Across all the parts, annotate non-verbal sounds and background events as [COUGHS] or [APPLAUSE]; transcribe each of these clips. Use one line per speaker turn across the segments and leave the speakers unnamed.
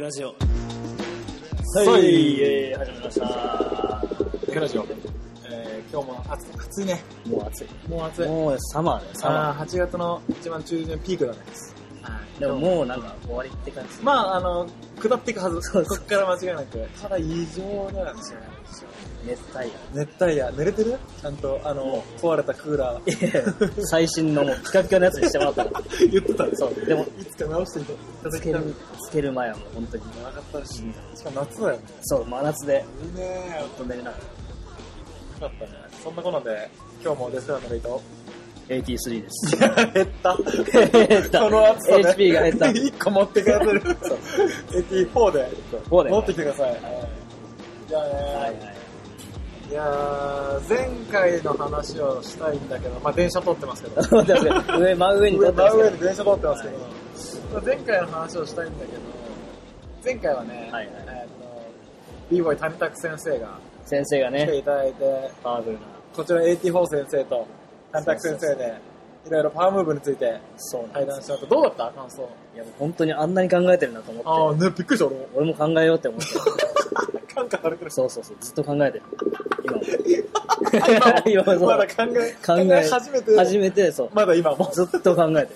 ラジオ。
は
はいい、えー始まりました。
テラジオ。えー、今日も暑い、暑いね。
もう暑い。
もう暑い。
もうサマーね、サ
あ
マ
あ、8月の一番中旬ピークだね。
ー。でももうなんか終わりって感じ。
まあ、あの、下っていくはず。
そうそう
こっから間違いなく。ただ異常なんですよ。
熱帯
熱帯夜、濡れてるちゃんと、あの、壊れたクーラー。
夜。最新のもうピカピカのやつにしてもらったの。
[LAUGHS] 言ってた。
そう。でも、
いつか直してみた。
つける、つける前はもう本当に。
長かったし。しかも夏だよね。
そう、真夏で。
いいね
ちょっと寝れなくて。
よかったね。そんなことなんで、今日もレスラーのレイト。
83です。
減った。
減った
その暑さで。
HP が減った
1個持ってくれてる。84で。
こうだ
持
よ
っ
ね
てきてください。じゃあね、
はい
い、
はい。
やー前回の話をしたいんだけど、まあ電車通ってますけど。
そうですね [LAUGHS] 上、真上に立
上
ってます
真
けど
上で電車通ってますけど、まあ前回の話をしたいんだけど、前回はね、
はいはい
えっと、b ボイ谷拓先生が
先生が
来て
ね、
いただいて、
パワフルな。
こちら AT4 先生と谷拓先生で、いろいろパワームーブについて
そうなん
対
で
談し
す。
たと、どうだった感想。
いや、もう本当にあんなに考えてるなと思って。
あーね、びっくりした俺も。 [LAUGHS]
俺も考えようって思って。
カンカン歩いてる。
そうそうそう、ずっと考えてる。今
[LAUGHS]
も。
今
[LAUGHS] 今
も
もそう
まだ考え、
考え
始めて、
初めて、そう。
まだ今も。
ずっと考えてる。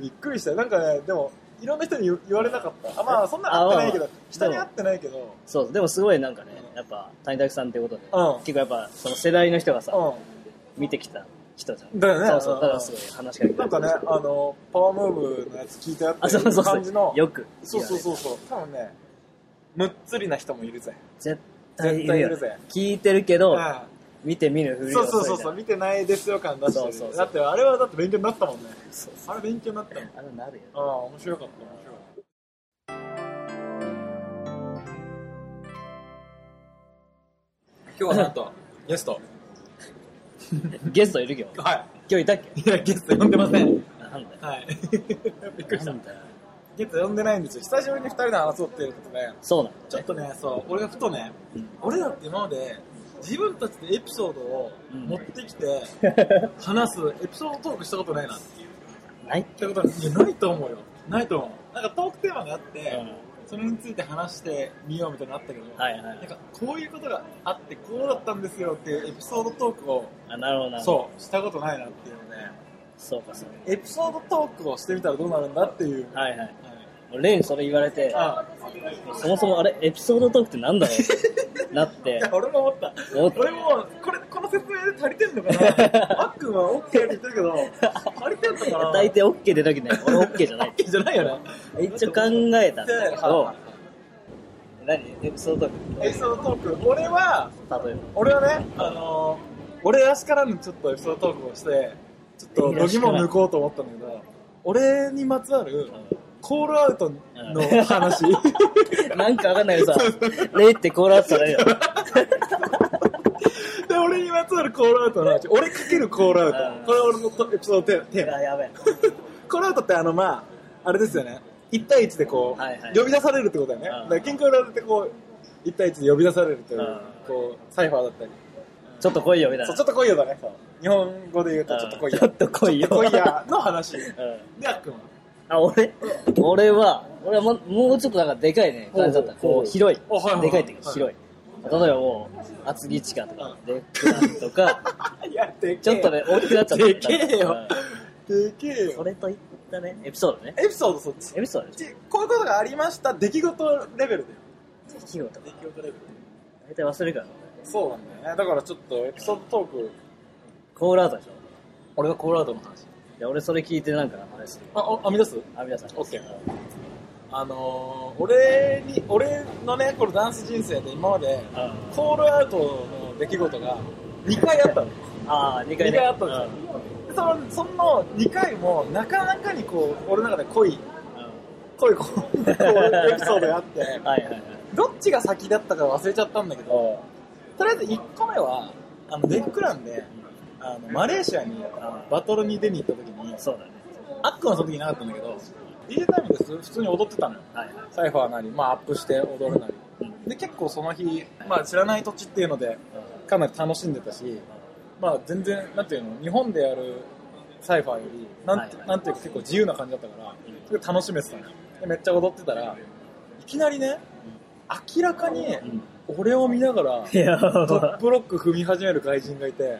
びっくりしたよなんかねでもいろんな人に言言われなかったあまあそんな会ってないけど
あまあ
人に会ってないけどう
そう、でもすごいなんかね
う、ん
やっぱ、谷崎さんってことで、
うん
結構やっぱ、その世代の人がさ、見てきた人じゃん。
だよね
そうそうう、
ん
だからすごい話しかけ
ん
て
なんかねあのパワームーブのやつ聞いたよ
あ、
って
そう
い
そううそ
感
う
じの
よく。
そうそう
う。
そうそう多分ねむっつりな人もいるぜ
絶対い
絶対
る
い
よ
るぜ。
聞いてるけど、
あ
見て見ぬふ
あ
り
そう
を
そうそう
す
そう
る
見てないですよ感出して
そうそう
る
そう
だってあれはだって勉強になったもんね
そう
あれ勉強になったもん
あれなるよ。
ああ面白かった面白かった今日はなんとゲスト
ゲストいるけど、
はい
今日いたっけ
いや、ゲスト呼んでません。
あなんだよ。
はい。びっくりした
な。んだよ。
ゲスト呼んでないんですよ。久しぶりに二人で話そうっていうことで、
そうな
[LAUGHS]
の。
ちょっとね、そう、俺がふとね、俺だって今まで、自分たちでエピソードを
うん
持ってきて、話すエピソードトークしたことないなっていう。
ないっ
ってことは、いや、ないと思うよ。ないと思う。なんかトークテーマがあって、
け、
それについて話してみようみたいなのあったけど、
はいは
なん
い。
かこういうことがあって、こうだったんですよっていうエピソードトークを、
あ、なるほどなるほど。
そう、したことないなっていうので、
そうかそう
エピソードトークをしてみたらどうなるんだっていう。
か。はいはい。もう例にそれ言われて、
あ
そもそもあれ、エピソードトークってなんだろう
[LAUGHS]
ってなっ
い
て
や、俺も思った。
思って
俺も、これ、この説明で足りてん
[LAUGHS]
のかなマックンは OK って言ってるけど、足りてんのかな
[LAUGHS] 大体 OK 出たけどね、俺 OK じゃない。
OK じゃないよね。
一応考えたんだけ
では
ど
い、
何エピソードトーク
エピソードトーク、俺は、
例え
俺はね、あのー、俺らしからぬちょっとエピソードトークをして、ちょっと度肝を抜こうと思ったんだけど、俺にまつわる
ば。
コールアウトの
[LAUGHS]
話。
なんかわかんないけどさ、レイってこうなってたらいいよ。
で、俺にまつわるコールアウトの話。俺かけるコールアウ
あー
ト。これ俺のトエピソードテーマ
あ、
テーマ。
やべえ。
[LAUGHS] コールアウトってあの、まあ、あれですよね。1対1でこう、
はいはい
呼び出されるってことだよね。
あー
だから、キンコールアウトってこう、1対1で呼び出されるという
あ、ー
こう、サイファーだったり。
ちょっと来いよ、みたい
そ
な。
う、ちょっと来いよだね。そう日本語で言うと、ちょっと来いよ。
ちょっと来いよ
ちょっと来いやの [LAUGHS] 話。
うん
で、あっくんは。
あ、俺俺は、俺はももうちょっとなんかでかいね、感じだった。
ほうほう
こう、広い
あはいはい。
でかいっていう
は
か、
い
広い。例えばもう、厚木地下とか、レックランとか、
いや、でけえ。
ちょっとね、大きくなっちゃった。
でけえよ。でけえ
うんそ
よ。
れといったね、エピソードね。
エピソード、そっち。
エピソードでし
ちこういうことがありました、出来事レベルだよ。
ょ。出来事
出来事レベル。
大体忘れるからな。
そうなんだよね。だからちょっとエピソードトーク。
コールアウトでしょ。
俺がコールアウトの話。
で、俺それ聞いてなんかあれする。
あ、お編み出す
あ、皆さん。
オッケーあのー、俺に、俺のね、このダンス人生で今まで、
あ
コールアウトの出来事が2回あったの。
あー、2回
二回あったんですでその、その2回も、なかなかにこう、俺の中で濃い、濃いこう、こうエピソードがあって、
[LAUGHS] はいはいはい。
どっちが先だったか忘れちゃったんだけど、
お
とりあえず1個目は、あの、デックランで、あの、マレーシアに
あ
バトルに出に行った時に、
そうだね。
アックンはその時いなかったんだけど、DJ タイムで普通に踊ってたのよ。
はいはい。
サイファーなり、まあアップして踊るなり。
うん
で、結構その日、まあ知らない土地っていうので、かなり楽しんでたし、まあ全然、なんていうの、日本でやるサイファーより、なん
は
て,、
いはい
なんていうか結構自由な感じだったから、
うん
すごい楽しめてたのよ。でめっちゃ踊ってたら、きなりね、明らかに
うん
俺を見な
[LAUGHS]
がら、
いや
トップロック踏み始める外人がいて、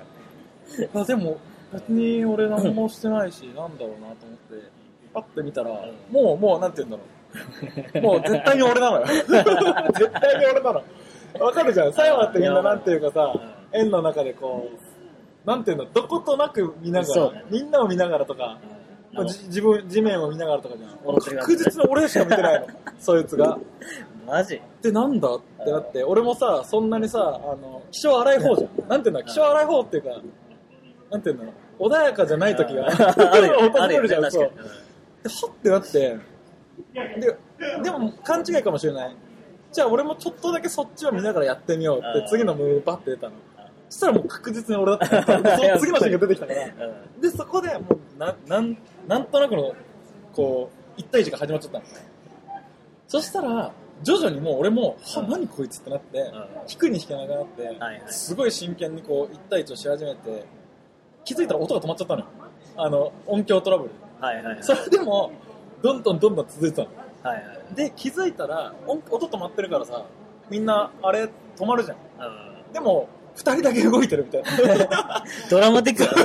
まあでも、別に俺何もしてないし、なんだろうなと思って、パッて見たら、もう、もう、なんて言うんだろ [LAUGHS] う。もう絶対に俺なの [LAUGHS] よ。絶対に俺なの。わかるじゃん。最後だってみんななんていうかさ、円の中でこう、なんていうの、どことなく見なが
そうだ
ら
ね、
みんなを見ながらとか、まあじ自分、地面を見ながらとかじゃん。
踊ってるやつ
確実に俺しか見てないの。そいつが。
マジ
ってなんだってなって、俺もさ、そんなにさ、あの、気性荒い方じゃん。なんていうんだ、気性荒い方っていうか、なんていうんだろう、穏やかじゃない時が、
あ
[LAUGHS]
るよね
訪
あ
れ
るよ
る
ね
じ
確
ゃん、
か
そう
に。
で、はってなって、で、でも勘違いかもしれない。じゃあ俺もちょっとだけそっちを見ながらやってみようっ
う
て
ん、
次のムーブバッて出たの
ん。
そしたらもう確実に俺
[LAUGHS]
だったの。その次のシーンが出てきたから。
うん
で、そこでもう、な、なん、なんとなくの、こう、一対一が始まっちゃったの。そしたら、徐々にもう俺も、は、
うん
何こいつってなって、
う
引くに引けなくなって、
はいはい
すごい真剣にこう、一対一をし始めて、気づいたら音が止まっちゃったのよ。あの、音響トラブル。
んはいはいはい
それでも、どんどんどんどん続いてたの。
はいはい
で、気づいたら、音音止まってるからさ、みんな、あれ、止まるじゃん。
うん
でも、二人だけ動いてるみたいな。
ドラマティックだな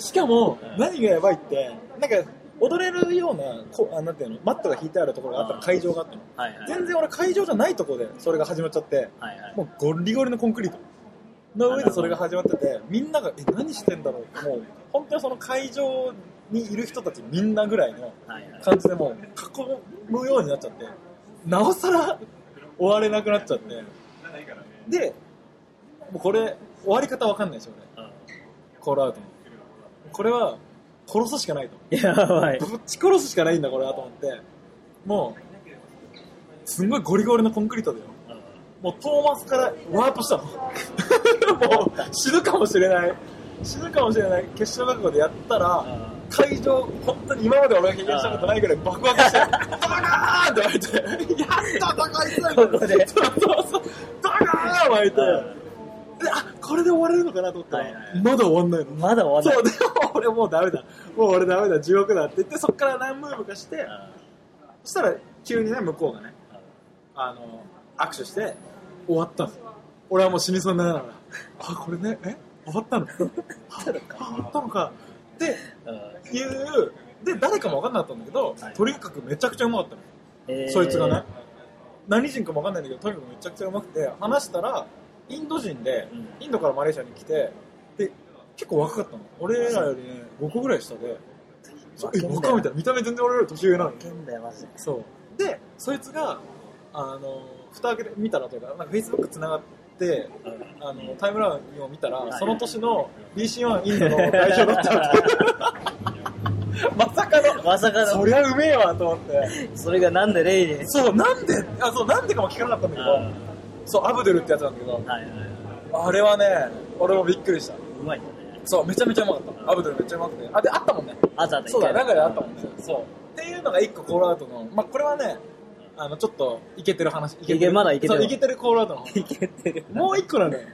しかも
うん、
何がやばいって、なんか、踊れるような、こあなんていうの、マットが引いてあるところがあっ
う
たら
ん
会場があったの。
はいはい
全然俺会場じゃないとこで、それが始まっちゃって、
はいはい
もうゴリゴリのコンクリートの上でそれが始まってて、みんなが、え、何してんだろうって、もう、本当にその会場にいる人たちみんなぐらいの
はいはい
感じでもう、囲むようになっちゃって、なおさら終われなくなっちゃって、で、もうこれ、終わり方わかんないでしょ、俺。コールアウトのこれは殺すしかないと
うんやばい
ぶっち殺すしかないんだこれはと思ってもうすんごいゴリゴリのコンクリートだよもうトーマスからワープしたのもう死ぬかもしれない死ぬかもしれない決勝覚悟でやったら会場本当に今まで俺が経験したことないぐらい爆発してドカーンって湧いて「やったドカーン!」
ここで
そうそうそうドカーン湧いて
うん
であこれで終われるのかなと思った
はいはい
ら
はい
まだ終わんないの
まだ終わ
そ
ら
う、でも俺もうダメだ。もう俺ダメだ、地獄だって言って、そっから何ムーブかして、
ない
そしたら急にね、向こうがね、あの、握手して、終わったの。俺はもう死にそうになりながら、 [LAUGHS] あ、これね、え終わったのあ [LAUGHS] 終わったのか。って
うんうん
いう、で、誰かも分かんなかったんだけど、
はい
とにかくめちゃくちゃうまかったの。
えー
そいつがね。何人かも分かんないんだけど、とにかくめちゃくちゃうまくて、話したら、インド人で、
うん
インドからマレーシアに来て、で、結構若かったの。俺らよりね、5個ぐらい下で、そうえ、若いみたいな。見た目全然俺より年上なのに
負。けんだよマジで
そう。で、そいつが、あの、蓋開けて見たらというか、なんか Facebook 繋がって、あの、タイムラインを見たら、その年の BC1 インドの代表だったの。 [LAUGHS] まさか
[LAUGHS]
の、
まさか
そ
の
りゃうめえわと思って。
それがなんでレイで
そう、なんで、あ、そう、なんでかも聞かなかったんだけど、そう、アブドゥルってやつなんだけど、
はいはいはい
あれはね、俺もびっくりした。
うまいんだね
そう、めちゃめちゃうまかった。アブドゥルめっちゃうまくて。あ、で、あったもんね。
あとあと
そうだ、中であったもん
ね
ね。そう。っていうのが一個コールアウトの、まあ、これはね、あの、ちょっと、いけてる話。い
いけまだいけてる
そういけてるコールアウトの話。
いけてる
もう一個なんだよ。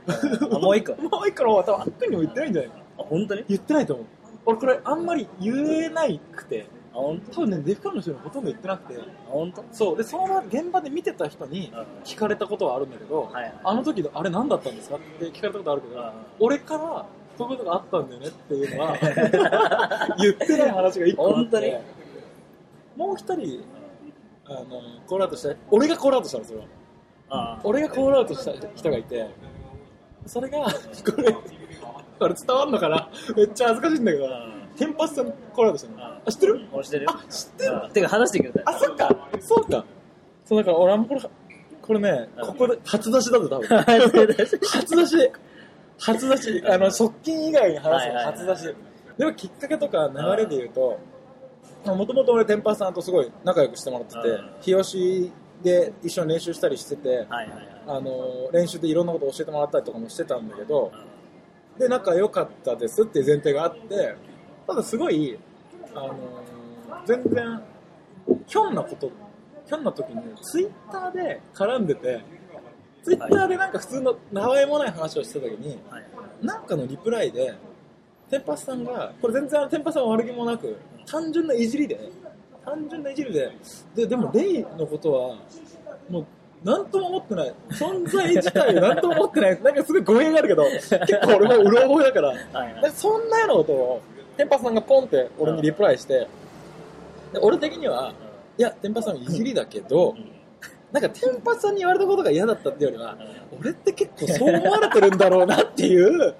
あもう一個
[LAUGHS] もう一個の方は多分、あっくんにも言ってないんじゃないかな
あ本当に
言ってないと思う。俺、これ、あんまり言えないくて、
あ本当
多分ね、デフカンの人にほとんど言ってなくて、
あ本当
そう。で、その場現場で見てた人に
うん
聞かれたことはあるんだけど、
はいはい
あの時の、あれ何だったんですかって聞かれたことあるけど、
うん
俺から、そういうことがあったんだよねっていうの
[LAUGHS]
は、言ってない話が一個あっ
本当に
て、もう一人、あの、コールアウトした、俺がコールアウトしたの、それは。
あ
俺がコールアウトした人がいて、それが、これ、これ伝わんのかなめっちゃ恥ずかしいんだけど、テンパスさんコールアウトしたの。あ、知ってる
俺してるよ
あ、知ってる
うんてか話してくれたよ
あ、そっか、そうか。そう、だから俺はもうこれ、これね、
うん
ここで、初出しだ
[LAUGHS]
と多分。
初出し
初出し。初出し。あの、側近以外に話す
はいはい
の、
はい
初出し。でもきっかけとか流れで言うと、もともと俺、天パさんとすごい仲良くしてもらって
う
て
ん、
日吉で一緒に練習したりしてて、
はいはいはい
あの、練習でいろんなこと教えてもらったりとかもしてたんだけど、で、仲良かったですっていう前提があって、ただすごい、あのー全然、ひょんなこと、ひょんな時にツイッターで絡んでて、ツイッターでなんか普通の名前もない話をしてた時に、
はい
なんかのリプライで、テンパスさんが、これ全然あのテンパスさんは悪気もなく、単純ないじりで、単純ないじりで、で、でもレイのことは、もう、なんとも思ってない。存在自体をなんとも思ってない。なんかすごい語弊があるけど、結構俺もうろ覚えだから。
はいは
で
い。
そんなようなことを、天パさんがポンって俺にリプライして、で俺的には、いや、天パさんいじりだけど、なんか天パさんに言われたことが嫌だったっていうよりは、俺って結構そう思われてるんだろうなっていう、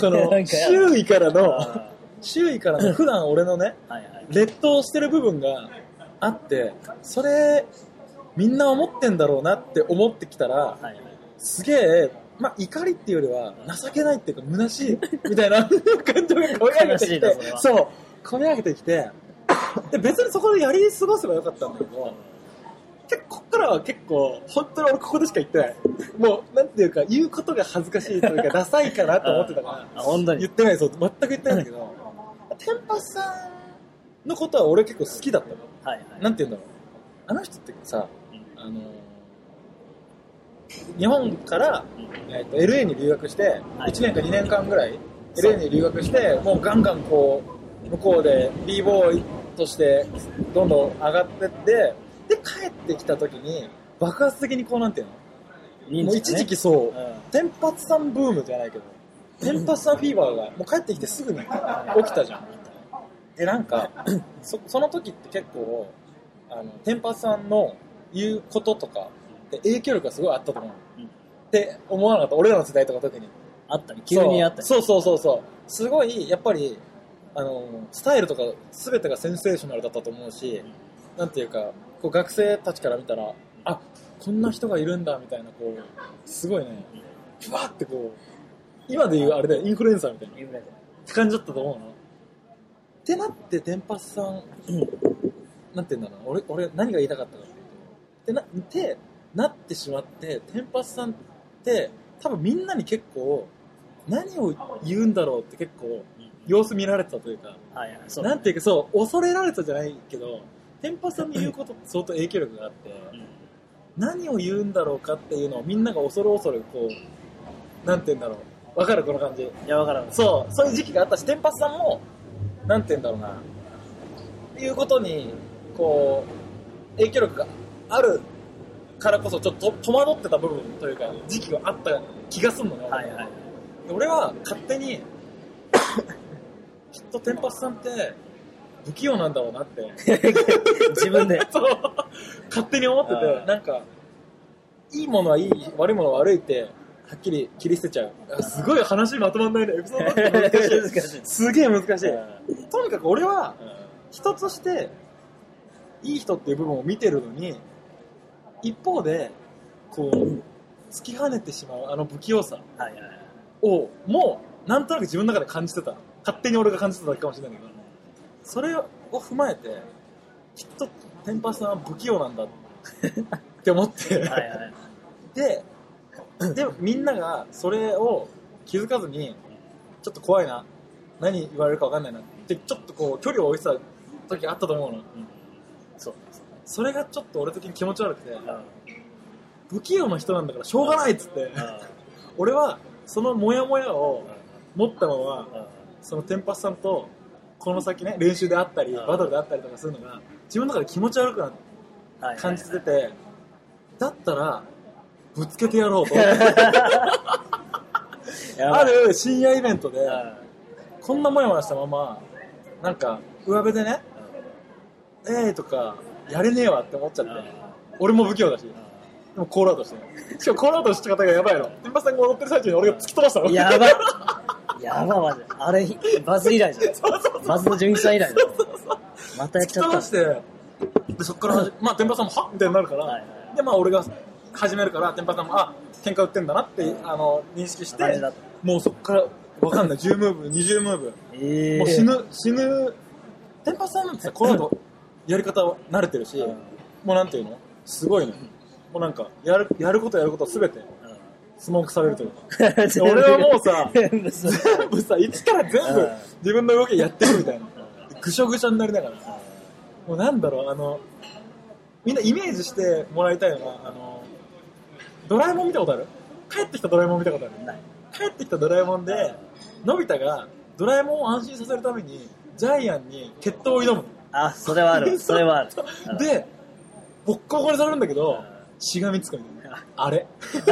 こ
[LAUGHS]
の
なんかやだ
周囲からの、
あ
周囲からの普段俺のね、
ーはいはい。
劣等してる部分があって、それ、みんな思ってんだろうなって思ってきたら、
はいはい。
すげえ、まあ、怒りっていうよりは、情けないっていうか、虚しい、みたいな感情が込み上げてき
悲しいな
て
それ、は
そう、込み上げてきて、で、別にそこでやり過ごせばよかったんだけど、結構、こっからは結構、本当に俺ここでしか言ってない。もう、なんていうか、言うことが恥ずかしいというか、ダサいかなと思ってたから、
あ、本当に
言っ。てない、そう、全く言ってないんだけど、天パさんのことは俺結構好きだったの。
はいはい。
なんて言うんだろう。あの人ってさ、あのー日本から、えっと LA に留学して、
はい
1年か2年間ぐらい、
そう
LA に留学して、もうガンガンこう、向こうで b ボーイとして、どんどん上がってって、で、帰ってきた時に、爆発的にこうなんていうの、もう一時期そう、
うん。
天発さんブームじゃないけど、天発さんフィーバーが、もう帰ってきてすぐに起きたじゃん。で、なんか、 [CLEARS THROAT] そその時って結構、あの、天発さんの言うこととか、で影響力がすごいあったと思う。
うん
って思わなかった。俺らの世代とか特に。
あったり、急にあったり。
そうそうそうそうそう。すごい、やっぱり、あの、スタイルとか全てがセンセーショナルだったと思うし、なんていうか、こう学生たちから見たら、あ、こんな人がいるんだ、みたいな、こう、すごいね、ブワーってこう、今で言うあれだよ、インフルエンサーみたいな
インフルエン
感じだったと思うの。ってなって、天パスさん、なんて言うんだろうな、俺、俺何が言いたかったかっていうと、ってな、て、なってしまって、天パスさんって、多分みんなに結構、何を言うんだろうって結構、様子見られてたというか、
ザーはいはい。そうだ
な
ね
んていうか、そう、恐れられたじゃないけど、天パさんに言う [LAUGHS] ことって相当影響力があって、何を言うんだろうかっていうのをみんなが恐る恐る、こう、なんて言うんだろう。わかるこの感じ。
うんいや、わからん。
そう、そういう時期があったし、天パさんも、なんて言うんだろうな、っていうことに、こう、影響力があるからこそ、ちょっと戸惑ってた部分というか、時期があった気がすんのね。俺
はいはい。
で俺は勝手に [COUGHS] きっと天パスさんって不器用なんだろうなって [LAUGHS]
自分で。
そう勝手に思って
あー
てなんかいいものはいい悪いものは悪いってはっきり切り捨てちゃうあすごい話まとまんないねエピソードマッチ難しい
難しい。
すげえ難し
う
いとにかく俺
んう
は
ん
人としていい人っていう部分を見てるのに一方でこう突き跳ねてしまうあの不器用さ
はいはいはい。
をもうなんとなく自分の中で感じてた勝手に俺が感じてただけかもしれないけどそれを踏まえてきっと天パさんは不器用なんだって思って
[LAUGHS] はいはい。
で [CLEARS THROAT] でみんながそれを気づかずにちょっと怖いな何言われるか分かんないなってちょっとこう距離を置いてた時あったと思うの
うんそう。
それがちょっと俺的に気持ち悪くて
うんうん
不器用な人なんだからしょうがないっつって俺はそのモヤモヤを持ったままその天パスさんとこの先ね練習であったり
うん
バトルであったりとかするのが自分の中で気持ち悪くな
はい
感じ
は
ててだったらぶつけてやろうと
いやばい
ある深夜イベントで
うん
こんなモヤモヤしたままなんか上辺でね「えー」とか「やれねえわ」って思っちゃっ
うんうん
て俺も不器用だしでもコールアウトしてねしかもコールアウトした方がやばいの天パスさんが踊ってる最中に俺が突き飛ばしたの
うんやばい。やばい、マジで。あれ、バズ以来じゃん。バズの純一さん以来だよまたやっちゃ
[LAUGHS] 突き飛
っ
ばしてでそっから始めまあ天パさんも「はっ」みたいになるから、
はいはい
でまあ俺が始めるから天パさんも「あ喧嘩売ってんだな」ってあの認識して
感じだった
もうそっからわかんない10ムーブ20ムーブ、
た。ええ。
もう死ぬ死ぬ天パさんなんてさこの後やり方は慣れてるし、
うん
もうなんていうのすごいねもうなんかやるやることやることすべてスモークされるというか
うん。
俺はもうさ
全部そう
全部さ一から全
う
部
ん
自分の動きやってるみたいなぐしょぐしょになりながらもうなんだろう、あの、みんなイメージしてもらいたいのは、あの、ドラえもん見たことある帰ってきたドラえもん見たことある
ない
帰ってきたドラえもんで、のび太がドラえもんを安心させるために、ジャイアンに決闘を挑む。 [LAUGHS]
あ、それはある。それはある。
で、ボッコボコにされるんだけ
う
ど
ん、
しがみつくみたいな。あれ。
[LAUGHS]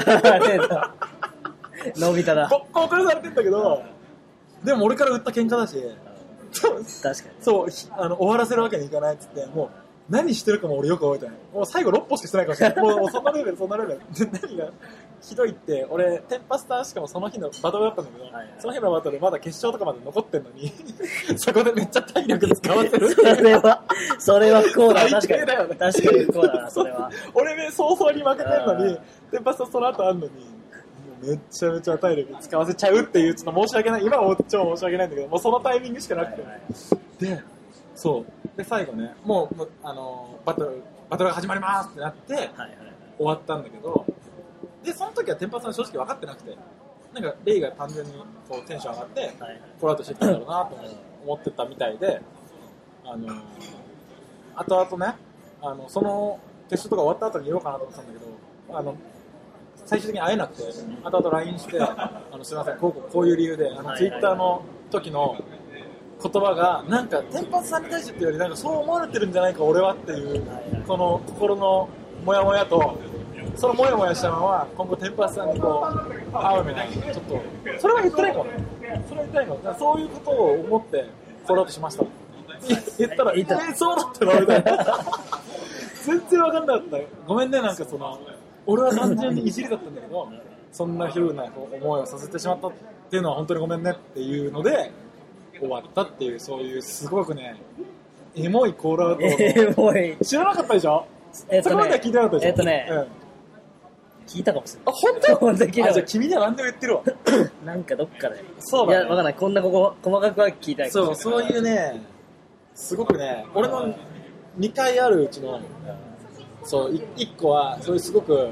伸びたな。
ボッコボコにされてんだけど、でも俺から売った喧嘩だし、
確かに。
そう、ひあの、終わらせるわけにいかないっつって、もう、何してるかも俺よく覚えてない。もう最後6歩しかしてないかもしれない。 [LAUGHS] もうもうそんなレベル、そんなレベル。で、何がひどいって、俺、テンパスターしかもその日のバトルだったんだけど、
はいはい
その日のバトルまだ決勝とかまで残ってんのに、 [LAUGHS] そこでめっちゃ体力使わせるって
そ
いう。
れは、それは不幸だ。確か
最低だよね
に。確かに不幸だ
[LAUGHS]
な、それは。
俺ね、早々に負けてんの
う
に、テンパスターその後あんのに、もうめっちゃめちゃ体力使わせちゃうっていう、ちょっと申し訳ない。今は超申し訳ないんだけど、もうそのタイミングしかなくて。で、そう。で、最後ね、もう、もうあのーバトル、バトルが始まりますってなって、
はいはい
終わったんだけど、で、その時は天パさん正直分かってなくて、なんか、レイが単純にこうテンション上がって、
はいはい。
コラートしてきたんだろうなと思ってたみたいで、あのー、後々ね、あの、その決勝とか終わった後に言おうかなと思ってたんだけど、あの、最終的に会えなくて、後々 LINE して、あの、すいません、こうこうこういう理由で、あの、
はいはいはい
Twitter の時の言葉が、なんか、天発さんに対してっていうより、なんかそう思われてるんじゃないか、俺はっていう
はいはい、
この心のモヤモヤと、そのモヤモヤしたまま、今後、天発さんにこう、会うみたいな、ちょっと、それは言ってないかもね。それは言ってないかも。だからそういうことを思って、フォローアップしました。言ったら、え
言った
ーそうだったのみたいな。全然わかんなかったごめんねなんかその俺は単純にいじりだったんだけどそんなひどいな思いをさせてしまったっていうのは本当にごめんねっていうので終わったっていうそういうすごくねエモいコールアウト
え
を
ー、もういい。
知らなかったでしょ
えっ
そことまで
ね
は聞いてなかったでしょ
えっとね
うんあ
聞いたかもしれない。
本当
本当に聞いた
あじゃあ君には何でも言ってるわ
なんかどっかで。
そうだね
いや、わかんない。こんなここ、細かくは聞いたい
そうそういうねすごくね俺の2回あるうちのそうい1個はそういうすごく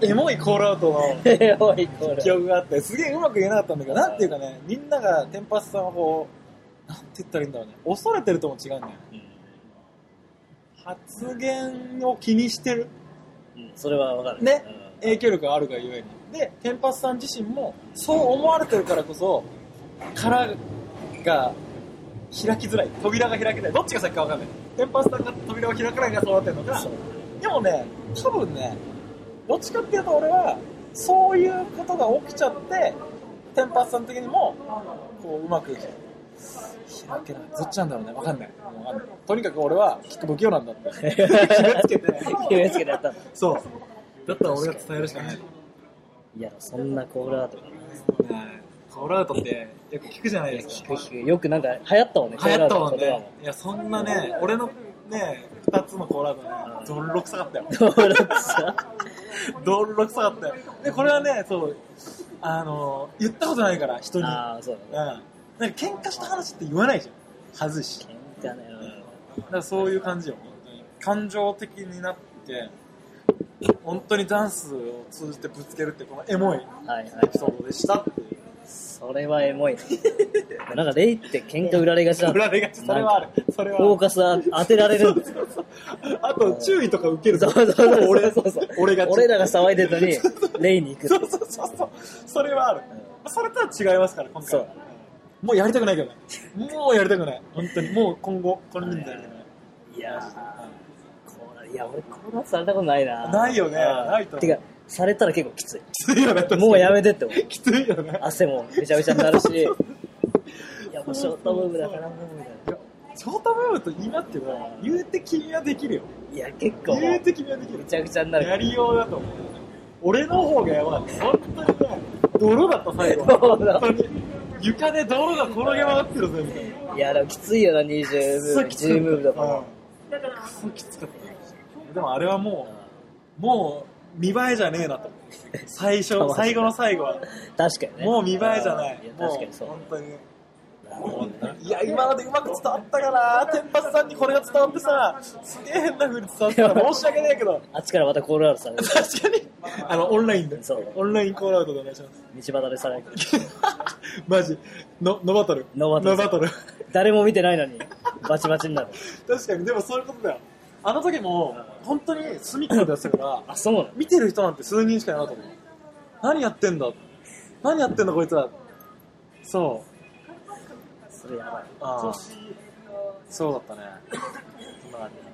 エモいコールアウトの
えー、 [LAUGHS] おい、こ
記
れ。
憶があって、すげえうまく言えなかったんだけど、なんていうかね、みんながテンパスさんをこう、なんて言ったらいいんだろうね、恐れてるとも違うんだよね。発言を気にしてる。
うんそれはわかる。
ね。影響力があるがゆえに。で、テンパスさん自身も、そう思われてるからこそ、殻が開きづらい。扉が開けない。どっちが先かわかんない。テンパスさんが扉を開かないがそうなってるの
うん
か
そ、う
でもね、多分ね、どっちかっていうと俺は、そういうことが起きちゃって、テンパスさん的にも、こう、うまく、開けない。どっちなんだろうね。わかんない。わかんないとにかく俺は、きっと不器用なんだって。
[LAUGHS]
決めつけて。
決めつけてやったんだ。
そう。だったら俺が伝えるしかない。
いや、そんなコールアウトが。
コールアウトって、よく聞くじゃない
い
で
や、
す
聞
か
く。聞く。よくなんか流行ったもんね、
流行った
コ
もん
ールアウ
ね。いや、そんなね、俺のね、二つのコールアウトね、どんろくさかったよ。 [LAUGHS]
トの言葉も。登録さ。
どんろくさかったよ。で、これはね、そう、あの、言ったことないから、人に。うん。
ああ、そうだね。
なんか、喧嘩した話って言わないじゃん。外し。
喧嘩ね。うん
だからそういう感じよ、本当に。感情的になって、本当にダンスを通じてぶつけるって、このエモい
はいはい
エ。ピソードでしたっていう。
それはエモいな。なんかレイって喧嘩売られがちな
振
の。
られがち、 [LAUGHS] それはある。それはある
フォーカス当てられるんだよ。
あと、注意とか受ける
そ
と
うそうそう。
俺
そうそう
俺が。
俺らが騒いでたのに、レイに行くってい
そううそうそうそう。それはある。それとは違いますから、今
そ
回
う。
もうやりたくないけどね。もうやりたくない。本当に。もう今後、この人数やりたくない。
いやー、こうな、いや、俺、こうなってされたことないな。
ないよね
うん
ないと思う
てか、されたら結構きつい。
きついよね、確かに
もうやめてって思う。
きついよね。
汗もめちゃめちゃになるし、いや、もうショートムーブだからもうみたい
ショートムーブと言いなっても、言うて君はできるよ。
な。いや、結構も
言う
う、
て君はできる
め。ちゃくちゃにな
や
る。
りようだと思う。俺の方がやばい。本当にね、泥だった、最後。
そうだ
本当に。床で泥が転げ曲がってるぜ、みたいな。
いや、でもきついよな、20ムーブ、10ムーブだから。
うん。すごいきつかった。でもあれはもう、もう見栄えじゃねえなと。最初
かもしれな、い
最後の最後は、
確かにね。
もう見栄えじゃない
いや、。
も
確かにそう
う、。本当に。
なるほどね
いや、今までうまく伝わったかな。天パスさんにこれが伝わってさ、すげえ変な風に伝わったら申し訳ない
[LAUGHS]
けど、
あっちからまたコールアウトされる。
確かに、あの、オンラインで
そう、
オンラインコールアウトでお願いします。
道端でされる。
[LAUGHS] マジ、の、ノバトル。
ノバトル
ノバトル。 [LAUGHS]
誰も見てないのに、バチバチになる。
確かに、でもそういうことだよ。あの時も、本当に隅っこでやってたから、
あ、そうなの
見てる人なんて数人しかいなかったもん何やってんだ何やってんだこいつらそう
それやばい。
ああそうだったね
まあね。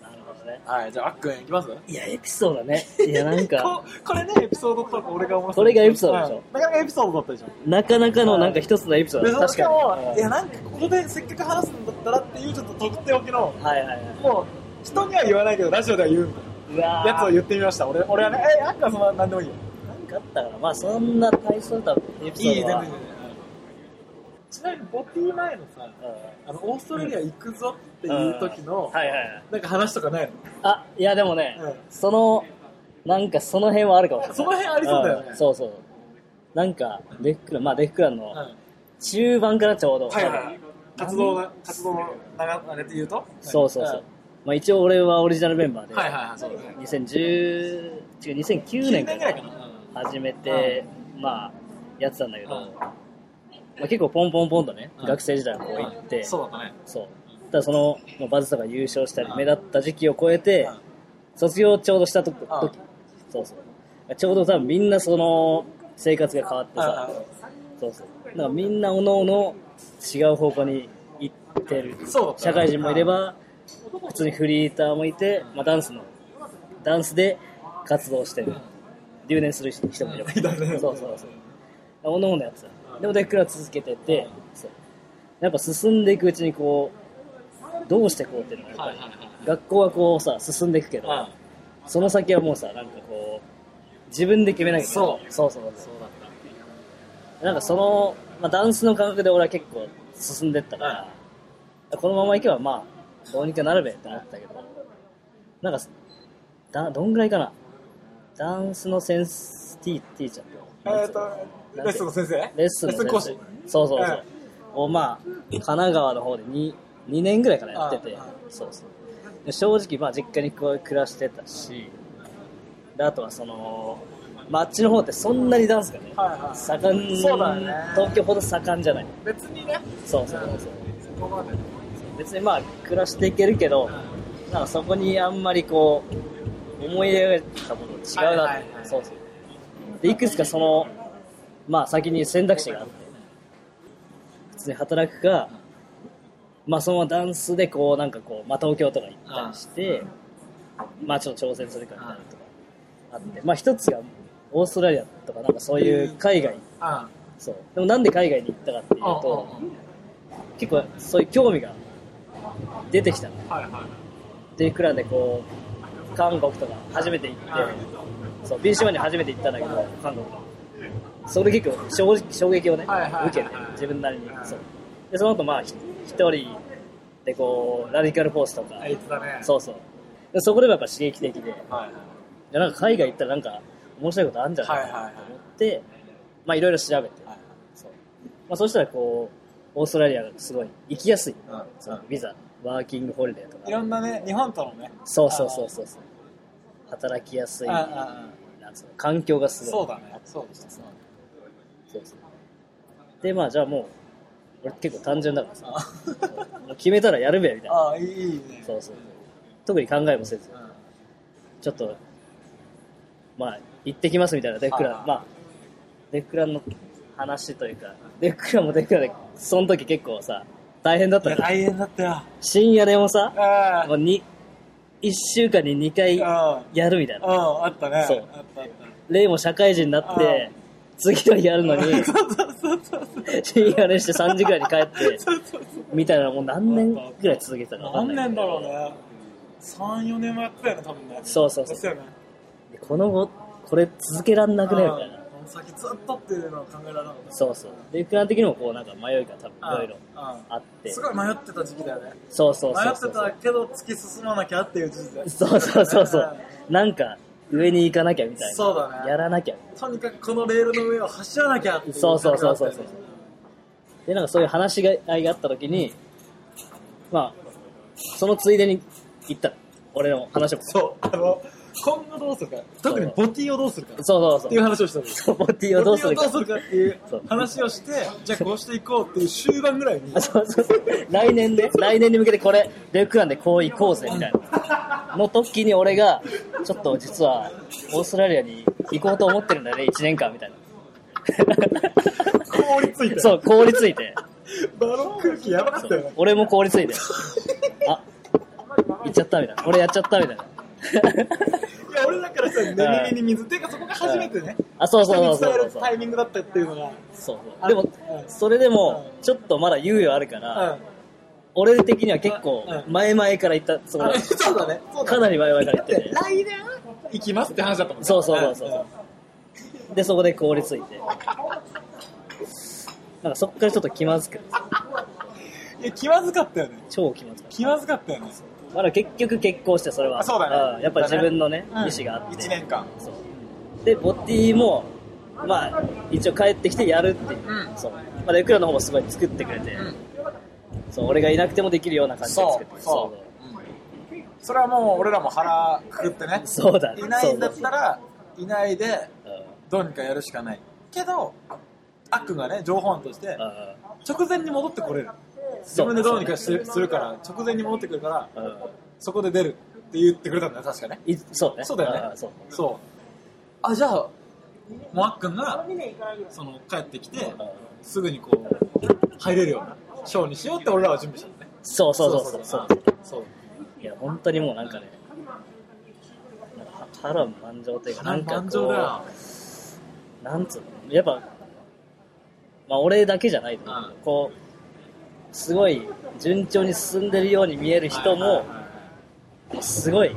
なるほどね。ね。
はい、じゃあ、あっくん行きます
いや、エピソードだね。いや、なんか、
ここれね、エピソードとか俺が思い
これがエピソードでしょ
なかなかエピソードだったでしょ
なかなかのなんか一つのエピソー
で
ド
そ
だ
の
確
しかも、
か
い
に。
やなんかここでせっかく話すんだったらっていうちょっと特定おきの
うんはいはいはい。
もう人には言わないけどラジオでは言うみたいう
わ
なやつを
ー
言ってみました俺俺はねえあっくんはそんな何でもいいよ
なんかあったから、まあそんな大層なエピソードは。
ちなみにボティ前のさあのオーストラリア行くぞっていう時の、
うんはいはいはい。
なんか話とかない
あ、いやでもね、
うん
その、なんかその辺はあるかもしれ
の
ない。
[LAUGHS] その辺ありそうだよね、
んそうそう。なんか、デックラン、まあデックランの
うん
中盤からちょうど。
はいはい活動が活動の流れで言うと
そうそうそう。まあ一応俺はオリジナルメンバーで、
はいはいはいそうだね
2010、違う2009
9
年
年
か
ぐ
ら
らいかな
始めて、まあ、やってたんだけど、
うん
まあ、結構ポンポンポンとね、
うん
学生時代はこう行って、
そうだったね
そう。ただその、まあ、バズとか優勝したり
う、ん
目立った時期を超えて、卒業ちょうどしたとき、
ん
時そうそう。ちょうど多分みんなその、生活が変わってさ、そうそう。だからみんなおのおの違う方向に行ってる。
そうだったね
社会人もいれば、普通にフリーターもいて、まあダンスの、ダンスで活動してる。留年する人 [LAUGHS] もいれば。
いたね
そうそうそう。おのおのやつだ。でもデックラは続けてて、そう。やっぱ進んでいくうちにこう、どうしてこうっていうのがやっぱり、学校はこうさ、進んでいくけど、
はい
その先はもうさ、なんかこう、自分で決めなきゃいけない。
そう
そうそうそうだった。なんかその、まあ、ダンスの感覚で俺は結構進んでったから、このまま行けばまあ、どうにかなるべって思ったけど、なんか、だどんぐらいかな。ダンスのセンスティティーチャー
えーとレッスンの先生
レッスンの先生
講師
そうそうそう、
はい
をまあ神奈川の方で 2, 2年ぐらいからやってて
ああ
そうそうで正直まあ実家にこう暮らしてたしであとはその、まあ、あっちの方ってそんなにダンスがね、
はいはい
盛ん
そうだよね
東京ほど盛んじゃない
別にね
そうそうそうそう
そこまで
別にまあ暮らしていけるけどなんかそこにあんまりこう思い描いたものと違うなって、
はいはいはい
そうそうでいくつかそのまあ先に選択肢があって普通に働くかまあそのままダンスでこうなんかこう、まあ、東京とか行ったりしてまあちょっと挑戦するかみたいなのとかあってまあ一つがオーストラリアとかなんかそういう海外
あ
そうでもなんで海外に行ったかっていう
あ
と結構そういう興味が出てきたの
はいはい
でいくらでこう韓国とか初めて行ってそう b 島に初めて行ったんだけど韓国のそれで結構衝撃衝撃をね
はいはいはいはい
受けて自分なりに
はい
そうでその後まあひ一人でこうラディカルフォースとか
あいつだね
そうそうでそこでもやっぱ刺激的で
はい
でなんか海外行ったらなんか面白いことあるんじゃないかなと思って、まあいろいろ調べて
はい
そう,、まあ、そうしたらこうオーストラリアがすごい行きやすい、
うん
そのビザワーキングホリデーとか
いろんなね日本とのね
そうそうそうそうそう。働きやすい、
ああ
なん
ああ
つうの環境がすごい。
そうだねそうですね
そうそうで、まあじゃあもう、俺結構単純だからさ、もう決めたらやるべ、みたいな。
ああいいいいね
そうそう。特に考えもせず
う、ん
ちょっと、まあ、行ってきますみたいな、デックラ
あ
ン。
あ
まあ、デックランの話というか、デックランもデックランで、その時結構さ、大変だっ
い
た
や
から
大変だったよ
深夜でもさ、
ああ
もうに1週間に2回
あ
やるみたいな
あ。ああったね
そう
あったあった
レイも社会人になって、次の日やる
[LAUGHS]
のに、深夜練して3時ぐらいに帰
[LAUGHS]
って、みたいなのもう何年ぐらい続けてたか分かん
何
ない。
年だろうね34年もやってたよね多分ね
そうそうそう
ですよね
この後、これ続けらんなくねみ
うん
たいな。
この先ずっとっていうのは考えられなかった
そうそう。で、クラン的にもこうなんか迷いが多分いろいろ
うん
あって。
す
そ
ごい迷ってた時期だよね
うそう
迷
そ
っ
うそ
て
う。
たけど突き進まなきゃっていう事実だよ
そうそうそう
[LAUGHS]
そう。なんか、上に行かなきゃみたいな。
そうだね
やらなきゃ。
とにかくこのレールの上を走らなきゃっていう
そうそうそうそう
感覚だっ
で、なんかそういう話し合いがあった時に、まあ、そのついでに行ったの。俺の話も。
たよねそうあの今後どうするか特にボティをどうするかっ
[LAUGHS] そうそうそう
ていう。話をしたんです
ボティをどうするか
ボ。ティをどうするかっていう
そう
話をしてじゃあこうしていこうっていう終盤ぐらいに
あそうそうそう。来年で、来年に向けてこれ、レックランでこう行こうぜ、みたいな。の時に俺が、ちょっと実は、オーストラリアに行こうと思ってるんだよね、1年間、みたいな。
凍りついて
そう、凍りついて。
バロン空気やばかったよね
俺も凍りついて。あ、行っちゃったみたいな。俺やっちゃったみたいな。 [LAUGHS]
いや、俺だからさ、寝耳に水。っていうか、そこが初めてね。
あ、そうそうそう
人に伝え
そう
る
そう。
タイミングだったっていうのが。
そうそう
あ
でも、
うん
それでも、ちょっとまだ猶予あるから、
うん。
俺的には結構
う、ん
前々から行ったつもり
あ
だった
[LAUGHS] そうだね。そうだね
かなり前々から行
だ
っ
ってて
て、
来年行きますって話だったもんね
そうそうそうそうで、そこで凍りついて。なんかそっからちょっと気まずくて
うんいや気まずかったよね
超気まずかった。
気まずかったよね
まだ結局結婚して、それは。
あそうだね
んやっぱ自分のね、
うん
意思があって。
1年間
そうでボッティもまあ一応帰ってきてやるっていう、
うん
そうまあレクラの方もすごい作ってくれて、
ん
そう俺がいなくてもできるような感じで作ってくれて
う、うん、それはもう俺らも腹くくってね
そうそうだね
いないんだっ
そう
たらいないで
そう
どうにかやるしかないけどあっくんがね情報案として
うんうん
直前に戻ってこれる自
そう
分でどうにかするするから直前に戻ってくるから
うん
そこで出るって言ってくれたんだよ確かね
いそうね
そうだよね
んそう
そうあじゃあもうあっくんがその帰ってきて
うん
すぐにこう入れるようなショーにしようって俺らは準備したのね
そうそうそうそうそう
そうそう
いや本当にもうなんかねなんか波乱万丈というかなんか
感情だよ
こうなんつうのやっぱまあ俺だけじゃないと思うけど、
う
こうすごい順調に進んでるように見える人
はいは
も
いはい
すごいこ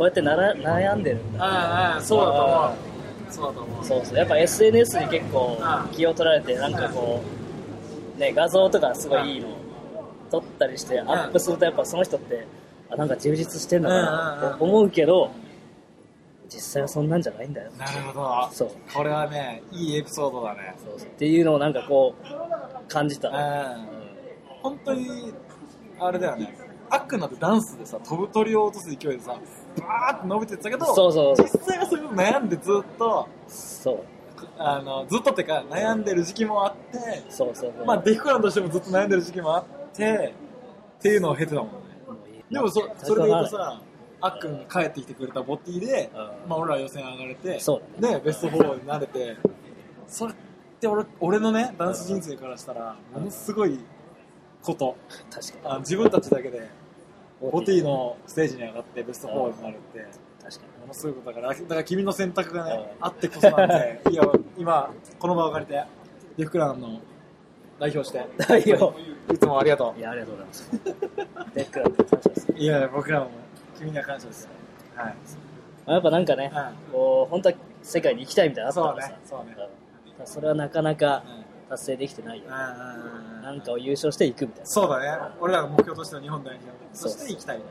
うやってなら悩んでるんだ
ああああそうだと思うそうだと思う
そうそうやっぱ SNS に結構
うん
気を取られてなんかこうね画像とかすごいいいの撮ったりしてア
ん
ップするとやっぱその人ってあなんか充実してんだ
うんうん
な
うん
って思うけど実際はそんなんじゃないんだよ
なるほど
そう
これはねいいエピソードだね
そうそうっていうのをなんかこう感じた、
う
うんん
本当にあれだよねアックなんてダンスでさ飛ぶ鳥を落とす勢いでさバーって伸びてったけど
そうそうそう
実際はそれを悩んでずっと
そう
あのずっとってか悩んでる時期もあって
そうそうそう
まあ、デフクランとしてもずっと悩んでる時期もあって、っていうのを経てたもんね。でもそ、それで言うとさ、あっくんが帰ってきてくれたボティで、
うん
まあ、俺ら予選上がれて、
そうだ
ね、ベスト4になれて、それって俺俺のね、ダンス人生からしたら、ものすごいこと。
確か
あ自分たちだけで、
に
ボティのステージに上がってベスト4になるって、
確かに
ものすごいことだから、だから君の選択がね、
うん
あってこそな
[LAUGHS]
んで、いや、今、この場を借りて、デフクランの代表して、
代表
いつもありがと
いやありがとうございます
[LAUGHS]
デックラって感謝です
う。いや、僕らも君には感謝です。はい。
まあやっぱなんかね、
う
こう本当は世界に行きたいみたいなのあ
そ
っ
う
たから
ね
さ、、
そうね。
うんただそれはなかなか
うん
達成できてないよ、
うんうん
な
うんん
かを優勝していくみたいな
そうだね。俺らが目標としての日本代表
そ
そうして行きたいね。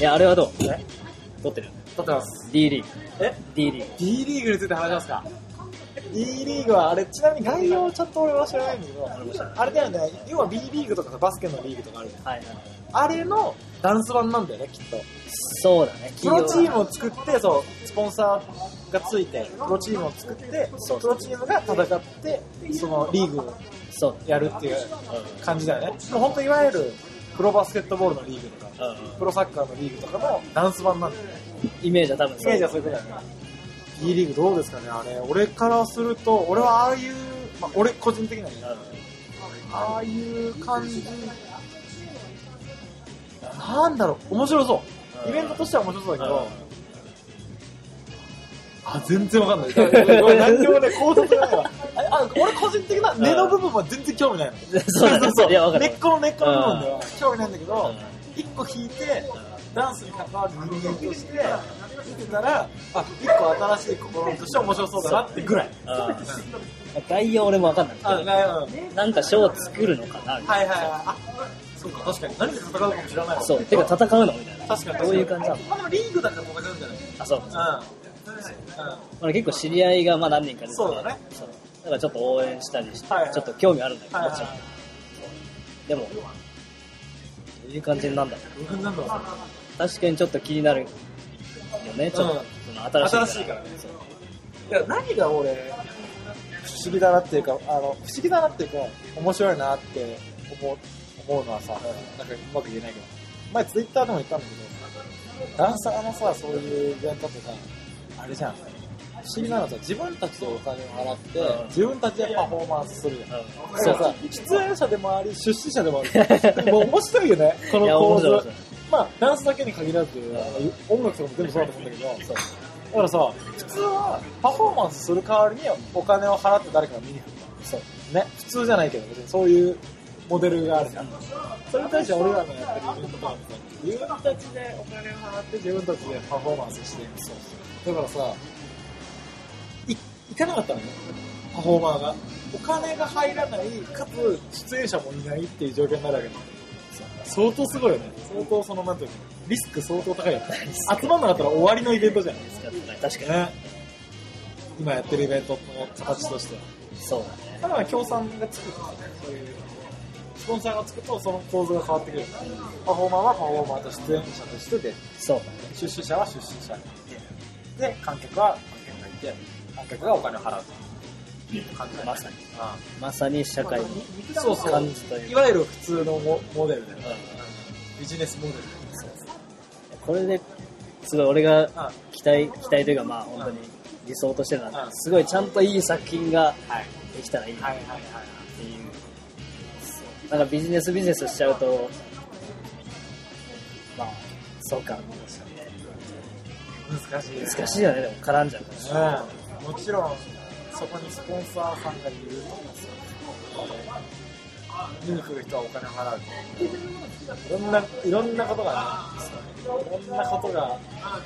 いやあれはどう取ってる
撮ってます。
D リーグ
え
D リー
?D リーグについて話しますか ?D リーグは、あれ、ちなみに概要をちょっと俺は知らないんだけど、あれだよね、要は B リーグとかさ、バスケのリーグとかあるじゃん
グはいはい
あれのダンス版なんだよね、きっと。
そうだね
プロチームを作って、そう、スポンサーがついて、プロチームを作って、プロチームが戦って、そのリーグを
そう
やるっていう
だね
感じだよね。もう本当いわゆる、プロバスケットボールのリーグとか、
うんうん
プロサッカーのリーグとかのダンス版なんだよね。
イメージは多分
イメージはそういうことだよね。B リーグどうですかね、あれ。俺からすると、俺はああいう、まあ、俺個人的にはね、ああいう感じ、なんだろう、面白そう。イベントとしては面白そうだけど、あ、全然わかんない。ごめん何にもね、考察がないわ。あ [LAUGHS] あ俺個人的な根の部分は全然興味 [LAUGHS] ないの。
うんそうだねいやわかる
根っこの根っこの部分では興味ないんだけど、一個引いて、ダンスに関わる人間として、見てたら、あ、一個新しい試みとして面白そうだなってぐらい。
うん概要俺もわかんないけ
あ、な
ど
るほど。
なんか賞作るのかなみたい
はいはいはい。あ、そうか、確かに。何で戦うかも知らないも
なんそうてか戦うのみたいな
確かに。
どういう感じなの
まあでもリーグだから戦うんじゃない
あそう
うん。うん。
俺結構知り合いがまあ何人か出てて
そうだね
そうだからちょっと応援したりして、
はいはい
ちょっと興味あるんだけど、
はいはい
もちろん、でもどういう感じになんだろ
どういう感じなんだろう
う確かにちょっと気になるよねちょっと、その新
新
し
し
い
い
か
かららね。いや、何が俺、不思議だなっていうか、あの、不思議だなっていうか、面白いなって思う、思うのはさ、なんかうまく言えないけど、前ツイッターでも言ったんだけど、ダンサーのさ、そういうイベントってさ、あれじゃん。不思議なのはさ自分たちでお金を払って、
うん
自分たちでパフォーマンスするじゃん、
う
そうさ喫煙者でもあり出資者でもあるもう面白い
[LAUGHS]
よねこ
ん。いや、
の
面
構図
白い面白い。
まあダンスだけに限らず、音楽とかも全部そうだと思うんだけどそうだからさ普通はパフォーマンスする代わりにお金を払って誰かが見に来るそうね普通じゃないけど別にそういうモデルがあるじゃんそれに対して俺らのやってるイベントとかもさ自分たちでお金を払って自分たちでパフォーマンスしていくそうだからさい行かなかったのねパフォーマーがお金が入らないかつ出演者もいないっていう状況になるわけだ相当すごいよね相当そのなんていうのリスク相当高いよね集まんなかったら終わりのイベントじゃん
確か
ね今やってるイベントの形としては
に。そうだね。
ただ協賛がつくとかねそういうスポンサーがつくとその構造が変わってくるよねパフォーマーはパフォーマーと出演者としてで
そうだね。
出資者は出資者でで観客は観客がいて観客がお金を払うという感じだよね
まさに
あ
まさに社会の
あそうそう
感じという
い
か。
わゆる普通のモモデルだよね
うん
ビジネスモデル
これで、すごい俺が
あ
期待、期待というかまあ本当に理想としてるの
う
は、
ん
すごいちゃんといい作品が
はい
できたらいいな
はいはいは
っ
い
ていう。なんかビジネスビジネスしちゃうと、まあ、そうか。
難しい
難しいよね、でも絡んじゃうから。
うん、もちろんそこにスポンサーさんがいるとかさ見に来る人はお金を払ういろんないろんなことがねいろんなことが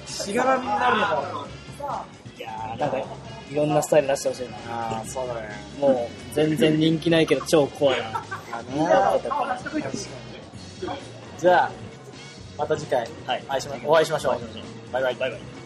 しがらみになるのかも
いやーなんか、いろんなスタイル出してほしいな。
ああそうだね
もう、全然人気ないけど超コアな。
あね
は
じゃあまた次回
い。
お会いしましょうバイバイ
バイバイ。